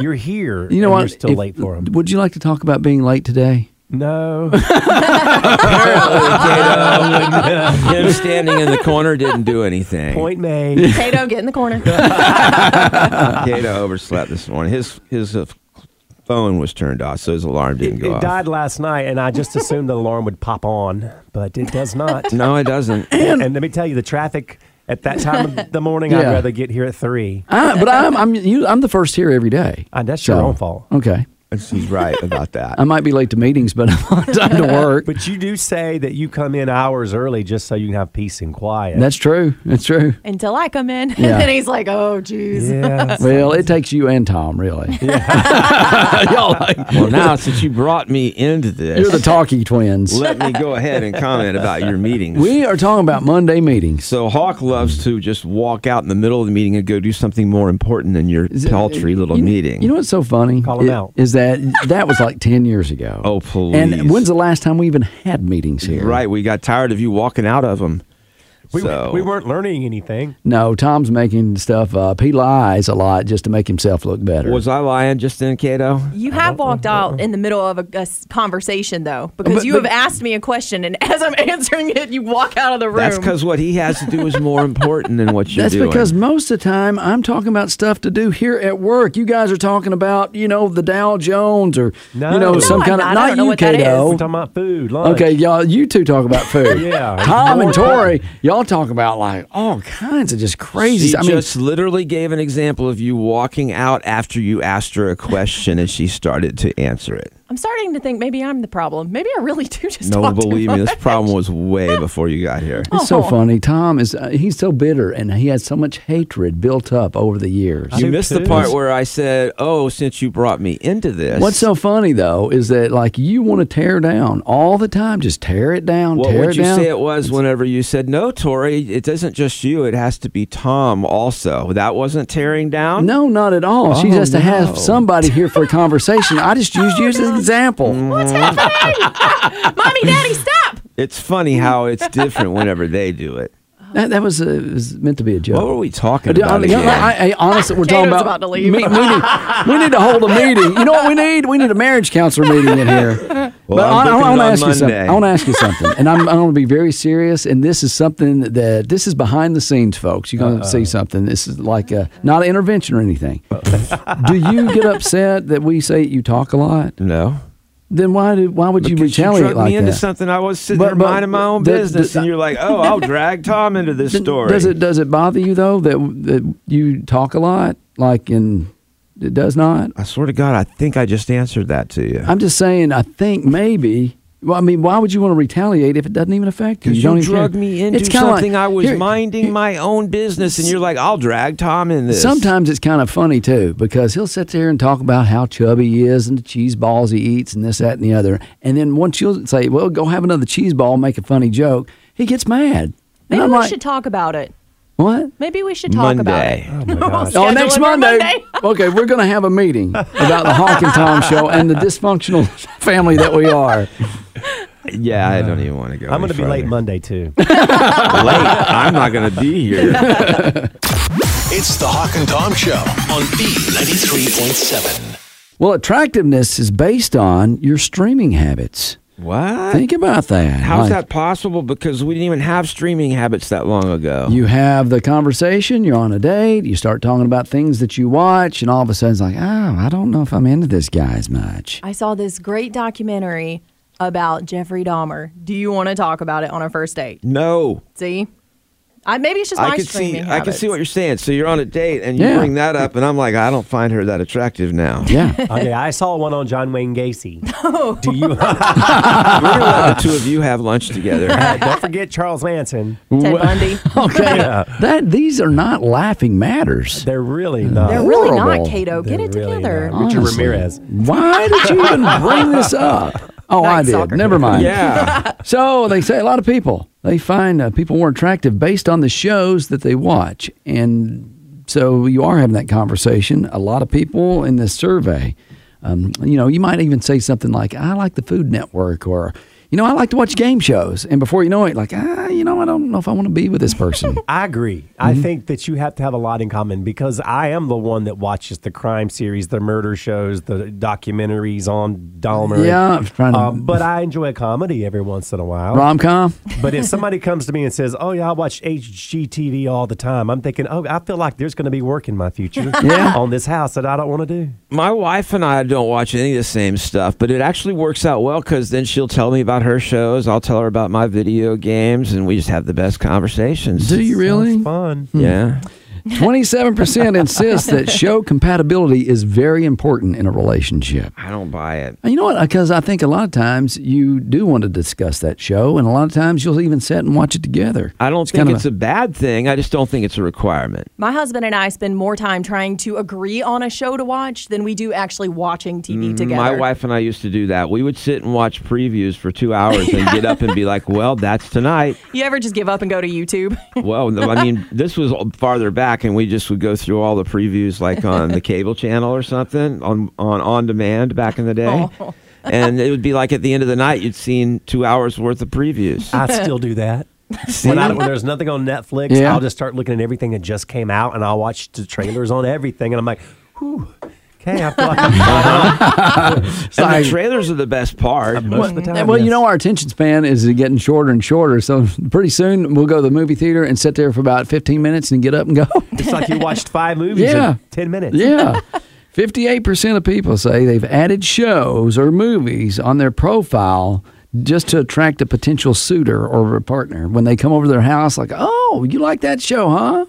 [SPEAKER 4] you're here.
[SPEAKER 3] You know
[SPEAKER 4] and
[SPEAKER 3] what?
[SPEAKER 4] You're still
[SPEAKER 3] If-
[SPEAKER 4] late for them.
[SPEAKER 3] Would you like to talk about being late today? [laughs]
[SPEAKER 4] No.
[SPEAKER 5] [laughs] Him standing in the corner didn't do anything.
[SPEAKER 4] uh, Point made.
[SPEAKER 6] Kato, get in
[SPEAKER 3] [laughs]
[SPEAKER 6] the corner.
[SPEAKER 5] Cato overslept this morning. His his uh, phone was turned off, so his alarm didn't
[SPEAKER 4] It,
[SPEAKER 5] go
[SPEAKER 4] it
[SPEAKER 5] off.
[SPEAKER 4] died last night, and I just assumed the alarm would pop on, but it does not.
[SPEAKER 5] [laughs] No, it doesn't.
[SPEAKER 4] And let me tell you, the traffic at that time of the morning, I'd
[SPEAKER 3] Yeah.
[SPEAKER 4] rather get here at three.
[SPEAKER 3] I, but I'm I'm you, I'm the first here every day.
[SPEAKER 4] Ah, that's your own fault.
[SPEAKER 3] Okay,
[SPEAKER 5] He's right about that.
[SPEAKER 3] I might be late to meetings, but [laughs] I'm on time to
[SPEAKER 4] [laughs]
[SPEAKER 3] work.
[SPEAKER 4] But you do say that you come in hours early just so you can have peace and quiet.
[SPEAKER 3] That's true. That's true.
[SPEAKER 6] Until I come in.
[SPEAKER 3] Yeah.
[SPEAKER 6] And then he's like, oh, jeez.
[SPEAKER 4] yeah.
[SPEAKER 3] Well, it takes you and Tom, really. [laughs] Y'all
[SPEAKER 4] [laughs]
[SPEAKER 3] like, [laughs]
[SPEAKER 5] well, now since you brought me into this,
[SPEAKER 3] you're the talkie twins.
[SPEAKER 5] let me go ahead and comment about your meetings.
[SPEAKER 3] We are talking about Monday meetings.
[SPEAKER 5] so Hawk loves to just walk out in the middle of the meeting and go do something more important than your paltry little meeting.
[SPEAKER 3] You know what's so funny?
[SPEAKER 4] Call 'em
[SPEAKER 3] I-
[SPEAKER 4] out.
[SPEAKER 3] Is that that was like ten years ago.
[SPEAKER 5] Oh, please.
[SPEAKER 3] And when's the last time we even had meetings here?
[SPEAKER 5] right, we got tired of you walking out of them.
[SPEAKER 4] We,
[SPEAKER 5] so
[SPEAKER 4] we weren't learning anything.
[SPEAKER 3] No, Tom's making stuff up. He lies a lot just to make himself look better.
[SPEAKER 5] was I lying just then, Cato?
[SPEAKER 6] You have walked out in the middle of a, a s- conversation, though, because
[SPEAKER 3] But-
[SPEAKER 6] you
[SPEAKER 3] but-
[SPEAKER 6] have asked me a question, and as I'm [laughs] answering it, you walk out of the room.
[SPEAKER 5] That's because what he has to do is more important than what you're
[SPEAKER 3] That's
[SPEAKER 5] doing.
[SPEAKER 3] because most of the time I'm talking about stuff to do here at work. You guys are talking about, you know, the Dow Jones or
[SPEAKER 4] No.
[SPEAKER 3] you know
[SPEAKER 4] No,
[SPEAKER 3] some
[SPEAKER 6] I'm
[SPEAKER 3] kind of
[SPEAKER 6] not. I
[SPEAKER 3] not
[SPEAKER 6] don't know
[SPEAKER 3] you,
[SPEAKER 6] what that
[SPEAKER 3] Kato.
[SPEAKER 4] We're talking about food, lunch.
[SPEAKER 3] Okay, y'all, you two talk about food.
[SPEAKER 4] Yeah.
[SPEAKER 3] Tom and Tori, y'all talk about like all kinds of just crazy.
[SPEAKER 5] She
[SPEAKER 3] I mean,
[SPEAKER 5] just literally gave an example of you walking out after you asked her a question and she started to
[SPEAKER 3] [laughs]
[SPEAKER 5] answer it.
[SPEAKER 6] I'm starting to think maybe I'm the problem. Maybe I really do just
[SPEAKER 5] No,
[SPEAKER 6] talk too
[SPEAKER 5] believe me, this
[SPEAKER 6] much.
[SPEAKER 5] problem was way before you got here.
[SPEAKER 3] it's so funny. Tom is uh, he's so bitter and he has so much hatred built up over the years.
[SPEAKER 5] You missed the
[SPEAKER 4] too.
[SPEAKER 5] part where I said, "Oh, since you brought me into this,
[SPEAKER 3] What's so funny though is that like you want to tear down all the time. Just tear it down.
[SPEAKER 5] What
[SPEAKER 3] tear
[SPEAKER 5] would
[SPEAKER 3] it
[SPEAKER 5] you
[SPEAKER 3] down.
[SPEAKER 5] say it was whenever you said no, Tori? It isn't just you; it has to be Tom also. That wasn't tearing down.
[SPEAKER 3] No, not at all. she
[SPEAKER 5] Oh,
[SPEAKER 3] has to
[SPEAKER 5] no.
[SPEAKER 3] have somebody here
[SPEAKER 5] [laughs]
[SPEAKER 3] for a conversation. I just used you as an example.
[SPEAKER 5] Mm.
[SPEAKER 6] What's
[SPEAKER 3] [laughs]
[SPEAKER 6] happening? Mommy, daddy, stop.
[SPEAKER 5] It's funny how it's different whenever they do it.
[SPEAKER 3] That, that was, uh was meant to be a joke.
[SPEAKER 5] What were we talking
[SPEAKER 3] Uh,
[SPEAKER 5] about?
[SPEAKER 3] yeah,
[SPEAKER 5] again?
[SPEAKER 3] I, I, honestly, we're talking
[SPEAKER 6] Kato's
[SPEAKER 3] about,
[SPEAKER 6] about to leave.
[SPEAKER 3] me- we, need, we need to hold a meeting. You know what we need? We need a marriage counselor meeting in
[SPEAKER 6] [laughs]
[SPEAKER 3] here.
[SPEAKER 5] Well,
[SPEAKER 3] but
[SPEAKER 5] I'm
[SPEAKER 3] I,
[SPEAKER 5] booking
[SPEAKER 3] I, want to
[SPEAKER 5] it on
[SPEAKER 3] ask you something.
[SPEAKER 5] Monday.
[SPEAKER 3] I want to ask you something, and I'm, I'm going to be very serious. And this is something that this is behind the scenes, folks. You're going to see something. This is like a, not an intervention or anything. Do you get upset that we say you talk a lot?
[SPEAKER 5] no.
[SPEAKER 3] Then why do why would you
[SPEAKER 5] Because
[SPEAKER 3] retaliate
[SPEAKER 5] drugged
[SPEAKER 3] like
[SPEAKER 5] me into
[SPEAKER 3] that?
[SPEAKER 5] something. I was sitting
[SPEAKER 3] But-
[SPEAKER 5] there
[SPEAKER 3] but
[SPEAKER 5] minding my own
[SPEAKER 3] the- the-
[SPEAKER 5] business, and you're like, "Oh,
[SPEAKER 3] [laughs]
[SPEAKER 5] I'll drag Tom into this story."
[SPEAKER 3] Does it does it bother you though that that you talk a lot? Like in it does not.
[SPEAKER 5] I swear to God, I think I just answered that to you.
[SPEAKER 3] I'm just saying. I think maybe. Well, I mean, why would you want to retaliate if it doesn't even affect you?
[SPEAKER 5] Because you,
[SPEAKER 3] don't even care.
[SPEAKER 5] drug me into
[SPEAKER 3] It's kinda like-
[SPEAKER 5] something I was
[SPEAKER 3] here-
[SPEAKER 5] minding my own business, and you're like, "I'll drag Tom in this."
[SPEAKER 3] Sometimes it's kind of funny too because he'll sit there and talk about how chubby he is and the cheese balls he eats and this, that, and the other. And then once you'll say, "Well, go have another cheese ball," make a funny joke, he gets mad. and
[SPEAKER 6] Maybe
[SPEAKER 3] I'm
[SPEAKER 6] we
[SPEAKER 3] like,
[SPEAKER 6] should talk about it.
[SPEAKER 3] what?
[SPEAKER 6] Maybe we should talk
[SPEAKER 5] Monday.
[SPEAKER 6] about [laughs] it.
[SPEAKER 3] Oh,
[SPEAKER 6] Schedule
[SPEAKER 3] next
[SPEAKER 6] it for
[SPEAKER 3] Monday.
[SPEAKER 6] [laughs]
[SPEAKER 3] okay, we're going to have a meeting about the Hawk and Tom show and the dysfunctional [laughs] family that we are.
[SPEAKER 5] yeah, I don't even want to go.
[SPEAKER 4] I'm going
[SPEAKER 5] to
[SPEAKER 4] to be late Monday, too.
[SPEAKER 5] Late? I'm not going
[SPEAKER 3] [laughs]
[SPEAKER 5] to be here.
[SPEAKER 2] It's the Hawk and Tom Show on B93.7.
[SPEAKER 3] Well, attractiveness is based on your streaming habits.
[SPEAKER 5] what?
[SPEAKER 3] Think about that.
[SPEAKER 5] How's
[SPEAKER 3] Like,
[SPEAKER 5] that possible? Because we didn't even have streaming habits that long ago.
[SPEAKER 3] You have the conversation, you're on a date, you start talking about things that you watch, and all of a sudden it's like, oh, I don't know if I'm into this guy as
[SPEAKER 6] [laughs]
[SPEAKER 3] much.
[SPEAKER 6] I saw this great documentary about Jeffrey Dahmer. Do you want to talk about it on a first date?
[SPEAKER 5] no.
[SPEAKER 6] See? I, maybe it's just my
[SPEAKER 5] I can see.
[SPEAKER 6] streaming
[SPEAKER 5] I can see what you're saying. So you're on a date, and you
[SPEAKER 3] Yeah.
[SPEAKER 5] bring that up, and I'm like, I don't find her that attractive now.
[SPEAKER 3] Yeah.
[SPEAKER 4] Okay, I saw one on John Wayne
[SPEAKER 6] [laughs]
[SPEAKER 4] Gacy. No. Do you? [laughs]
[SPEAKER 5] We're gonna let the two of you have
[SPEAKER 3] [laughs]
[SPEAKER 5] lunch together.
[SPEAKER 4] don't forget Charles Manson.
[SPEAKER 6] Ted
[SPEAKER 5] [laughs]
[SPEAKER 6] Bundy.
[SPEAKER 3] Okay. That these are not laughing matters.
[SPEAKER 4] They're really not.
[SPEAKER 6] [laughs] They're really not,
[SPEAKER 3] Horrible.
[SPEAKER 6] Cato. Get
[SPEAKER 4] They're
[SPEAKER 6] it
[SPEAKER 4] really
[SPEAKER 6] together.
[SPEAKER 4] not. Richard
[SPEAKER 3] Honestly.
[SPEAKER 4] Ramirez.
[SPEAKER 3] Why did you even bring this up? Oh, I
[SPEAKER 6] Nice
[SPEAKER 3] did.
[SPEAKER 6] soccer
[SPEAKER 3] Never mind.
[SPEAKER 5] yeah.
[SPEAKER 3] So they say a lot of people they find uh, people more attractive based on the shows that they watch, and so you are having that conversation. A lot of people in this survey, um, you know, you might even say something like, "I like the Food Network," or you know, I like to watch game shows, and before you know it, like, ah, you know, I don't know if I want to be with this
[SPEAKER 4] [laughs]
[SPEAKER 3] person.
[SPEAKER 4] I agree. I
[SPEAKER 3] Mm-hmm.
[SPEAKER 4] think that you have to have a lot in common because I am the one that watches the crime series, the murder shows, the documentaries on Dahmer.
[SPEAKER 3] Yeah, I'm trying to-
[SPEAKER 4] Um, but um, I enjoy a comedy every once in a while.
[SPEAKER 3] Rom
[SPEAKER 4] [laughs]
[SPEAKER 3] com, [laughs]
[SPEAKER 4] But if somebody comes to me and says, "Oh yeah, I watch HGTV all the time," I'm thinking, "Oh, I feel like there's going to be work in my future
[SPEAKER 3] [laughs] Yeah.
[SPEAKER 4] on this house that I don't want to do."
[SPEAKER 5] My wife and I don't watch any of the same stuff, but it actually works out well because then she'll tell me about her shows, I'll tell her about my video games, and we just have the best conversations.
[SPEAKER 3] do you really? Hmm.
[SPEAKER 4] It's fun.
[SPEAKER 5] Yeah.
[SPEAKER 3] Twenty-seven percent insist that show compatibility is very important in a relationship.
[SPEAKER 5] I don't buy it.
[SPEAKER 3] And You know what? Because I think a lot of times you do want to discuss that show, and a lot of times you'll even sit and watch it together.
[SPEAKER 5] I don't think
[SPEAKER 3] kind of
[SPEAKER 5] it's a bad thing. I just don't think it's a requirement.
[SPEAKER 6] My husband and I spend more time trying to agree on a show to watch than we do actually watching TV together.
[SPEAKER 5] Mm, My wife and I used to do that. We would sit and watch previews for two hours and get up and be like, well, that's tonight.
[SPEAKER 6] You ever just give up and go to YouTube? [laughs]
[SPEAKER 5] Well, no, I mean, this was farther back, and we just would go through all the previews like on the cable channel or something on on on demand back in the day. And it would be like at the end of the night, you'd seen two hours worth of previews.
[SPEAKER 4] I still
[SPEAKER 3] [laughs]
[SPEAKER 4] do that.
[SPEAKER 5] See?
[SPEAKER 4] When, I, when there's nothing on Netflix,
[SPEAKER 3] Yeah.
[SPEAKER 4] I'll just start looking at everything that just came out, and I'll watch the trailers on everything, and I'm like, "Whew, okay." I feel like I'm
[SPEAKER 5] and
[SPEAKER 3] like-
[SPEAKER 5] the trailers are the best part.
[SPEAKER 4] most of the time.
[SPEAKER 3] well, you
[SPEAKER 4] yes.
[SPEAKER 3] know, our attention span is getting shorter and shorter. So [laughs] pretty soon we'll go to the movie theater and sit there for about 15 minutes and get up and go. [laughs]
[SPEAKER 4] It's like you watched five movies
[SPEAKER 3] Yeah.
[SPEAKER 4] in 10 minutes. [laughs]
[SPEAKER 3] yeah. 58% of people say they've added shows or movies on their profile just to attract a potential suitor or a partner. When they come over to their house, like, oh, you like that show, huh?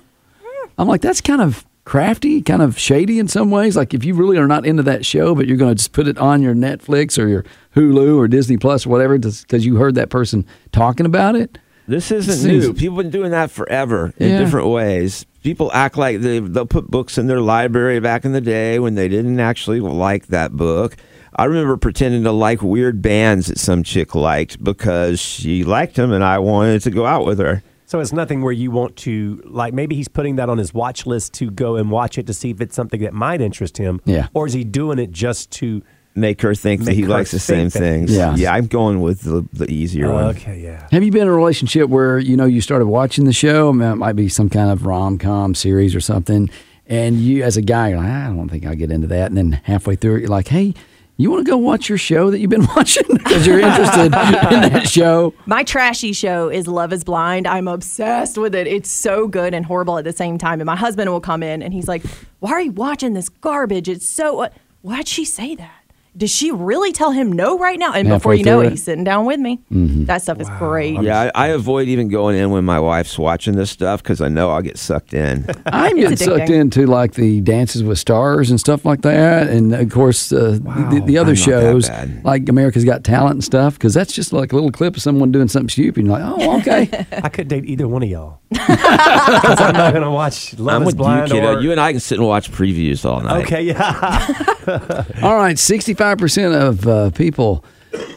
[SPEAKER 3] I'm like, that's kind of crafty, kind of shady in some ways. Like, if you really are not into that show, but you're going to just put it on your Netflix or your Hulu or Disney Plus or whatever because you heard that person talking about it.
[SPEAKER 5] This isn't
[SPEAKER 3] Seems-
[SPEAKER 5] new. People have been doing that forever in
[SPEAKER 3] Yeah.
[SPEAKER 5] different ways. People act like they they'll put books in their library back in the day when they didn't actually like that book. I remember pretending to like weird bands that some chick liked because she liked them and I wanted to go out with her.
[SPEAKER 4] So it's nothing where you want to, like, maybe he's putting that on his watch list to go and watch it to see if it's something that might interest him.
[SPEAKER 3] Yeah.
[SPEAKER 4] Or is he doing it just to,
[SPEAKER 5] Make her think that
[SPEAKER 4] Make
[SPEAKER 5] he
[SPEAKER 4] her
[SPEAKER 5] likes the same
[SPEAKER 4] think that-
[SPEAKER 5] things.
[SPEAKER 3] Yeah.
[SPEAKER 5] yeah, I'm going with the, the easier one.
[SPEAKER 4] okay, yeah.
[SPEAKER 3] Have you been in a relationship where you know you started watching the show? I mean, it might be some kind of rom com series or something, and you, as a guy, you're like, I don't think I'll get into that. And then halfway through, it, you're like, Hey, you want to go watch your show that you've been [laughs] watching because you're interested in that show?
[SPEAKER 6] My trashy show is Love is Blind. I'm obsessed with it. It's so good and horrible at the same time. And my husband will come in and he's like, Why are you watching this garbage? It's so. uh, Why'd she say that? Does she really tell him no right now? And before
[SPEAKER 3] Halfway
[SPEAKER 6] you know
[SPEAKER 3] through
[SPEAKER 6] it,
[SPEAKER 3] it.
[SPEAKER 6] he's sitting down with me.
[SPEAKER 5] Mm-hmm.
[SPEAKER 6] That stuff is great.
[SPEAKER 5] Yeah, I, I avoid even going in when my wife's watching this stuff because I know I'll get
[SPEAKER 4] [laughs]
[SPEAKER 5] sucked in.
[SPEAKER 3] I'm getting
[SPEAKER 6] addicting.
[SPEAKER 3] sucked into like the Dances with Stars and stuff like that, and of course uh, the, the other
[SPEAKER 5] I'm not that
[SPEAKER 3] shows
[SPEAKER 5] bad.
[SPEAKER 3] like America's Got Talent and stuff because that's just like a little clip of someone doing something stupid. And you're like, oh, okay,
[SPEAKER 4] I could date either one of y'all.
[SPEAKER 5] [laughs]
[SPEAKER 4] 'Cause I'm not going to watch Love
[SPEAKER 5] I'm
[SPEAKER 4] is
[SPEAKER 5] with you,
[SPEAKER 4] Blind
[SPEAKER 5] kiddo.
[SPEAKER 4] or.
[SPEAKER 5] You and I can sit and watch previews all night.
[SPEAKER 4] okay, yeah. [laughs]
[SPEAKER 3] All right, sixty-five percent of uh, people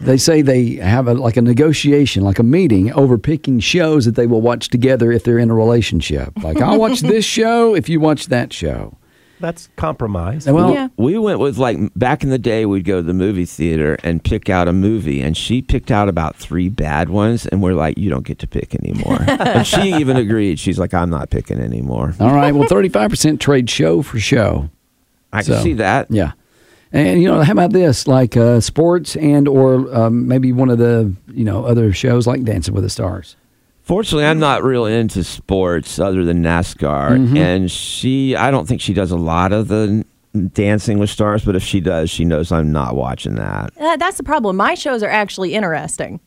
[SPEAKER 3] they say they have a, like a negotiation, like a meeting over picking shows that they will watch together if they're in a relationship. Like I'll watch this show if you watch that show.
[SPEAKER 4] That's compromise.
[SPEAKER 3] Well,
[SPEAKER 6] Yeah.
[SPEAKER 5] We went with like back in the day, we'd go to the movie theater and pick out a movie, and she picked out about three bad ones, and we're like, "You don't get to pick anymore." and she even agreed. She's like, "I'm not picking anymore."
[SPEAKER 3] all right. Well, thirty-five percent trade show for show.
[SPEAKER 5] I can
[SPEAKER 3] So,
[SPEAKER 5] see that.
[SPEAKER 3] Yeah, and you know how about this? Like uh, sports and or um, maybe one of the you know other shows like Dancing with the Stars.
[SPEAKER 5] Fortunately, I'm not real into sports other than NASCAR,
[SPEAKER 3] Mm-hmm.
[SPEAKER 5] and she, I don't think she does a lot of the Dancing with Stars, but if she does, she knows I'm not watching that.
[SPEAKER 6] Uh, that's the problem. My shows are actually interesting.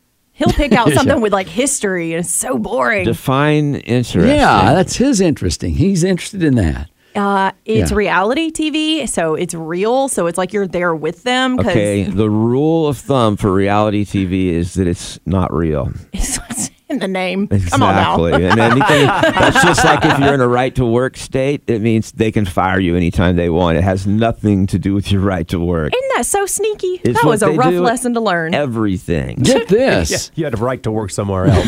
[SPEAKER 5] [laughs]
[SPEAKER 6] He'll pick out something with like history, and it's so boring.
[SPEAKER 5] Define interesting.
[SPEAKER 3] Yeah, that's his interesting. He's interested in that.
[SPEAKER 6] uh, it's
[SPEAKER 3] yeah.
[SPEAKER 6] reality TV, so it's real. So it's like you're there with them. 'cause
[SPEAKER 5] Okay, the rule of thumb for reality TV is that it's not real.
[SPEAKER 6] It's in the name. Come on now.
[SPEAKER 5] Exactly. and anything that's just like if you're in a right to work state, it means they can fire you anytime they want. It has nothing to do with your right to work.
[SPEAKER 6] Isn't that so sneaky?
[SPEAKER 5] It's
[SPEAKER 6] that
[SPEAKER 5] what
[SPEAKER 6] was a
[SPEAKER 5] they
[SPEAKER 6] rough
[SPEAKER 5] do
[SPEAKER 6] lesson to learn.
[SPEAKER 5] Everything.
[SPEAKER 3] Get
[SPEAKER 4] Yeah,
[SPEAKER 3] this
[SPEAKER 4] you had a right to work
[SPEAKER 5] [laughs]
[SPEAKER 4] somewhere else.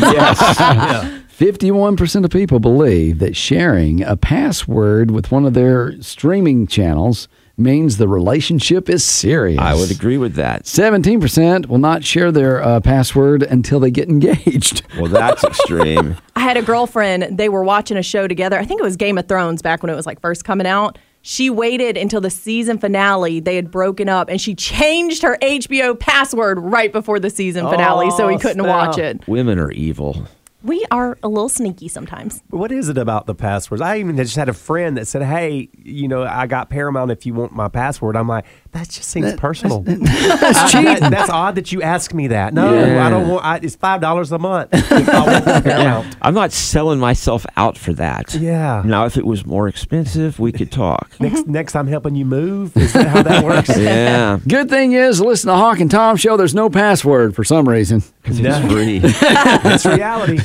[SPEAKER 5] yes.
[SPEAKER 3] 51% of people believe that sharing a password with one of their streaming channels means the relationship is serious.
[SPEAKER 5] I would agree with that.
[SPEAKER 3] 17% will not share their uh, password until they get engaged. [laughs]
[SPEAKER 5] Well, that's extreme.
[SPEAKER 6] I had a girlfriend, they were watching a show together. I think it was Game of Thrones back when it was like first coming out. She waited until the season finale. They had broken up and she changed her HBO password right before the season finale so
[SPEAKER 5] Oh,
[SPEAKER 6] we couldn't watch it.
[SPEAKER 5] Women are evil.
[SPEAKER 6] We are a little sneaky sometimes.
[SPEAKER 4] What is it about the passwords? I even just had a friend that said, "Hey, you know, I got Paramount. If you want my password," I'm like, "That just seems personal. That's cheating. That's odd that you ask me that. No, I don't want. I, it's five dollars a month. I want
[SPEAKER 5] [laughs]
[SPEAKER 4] Paramount.
[SPEAKER 5] I'm not selling myself out for that.
[SPEAKER 4] Yeah.
[SPEAKER 5] Now, if it was more expensive, we could
[SPEAKER 6] [laughs]
[SPEAKER 5] talk.
[SPEAKER 4] Next, next, I'm helping you move. Is that how that works?
[SPEAKER 5] yeah.
[SPEAKER 3] Good thing is, listen to Hawk and Tom show, there's no password for some reason.
[SPEAKER 4] No.
[SPEAKER 6] [laughs]
[SPEAKER 5] Free.
[SPEAKER 4] That's reality. Oh,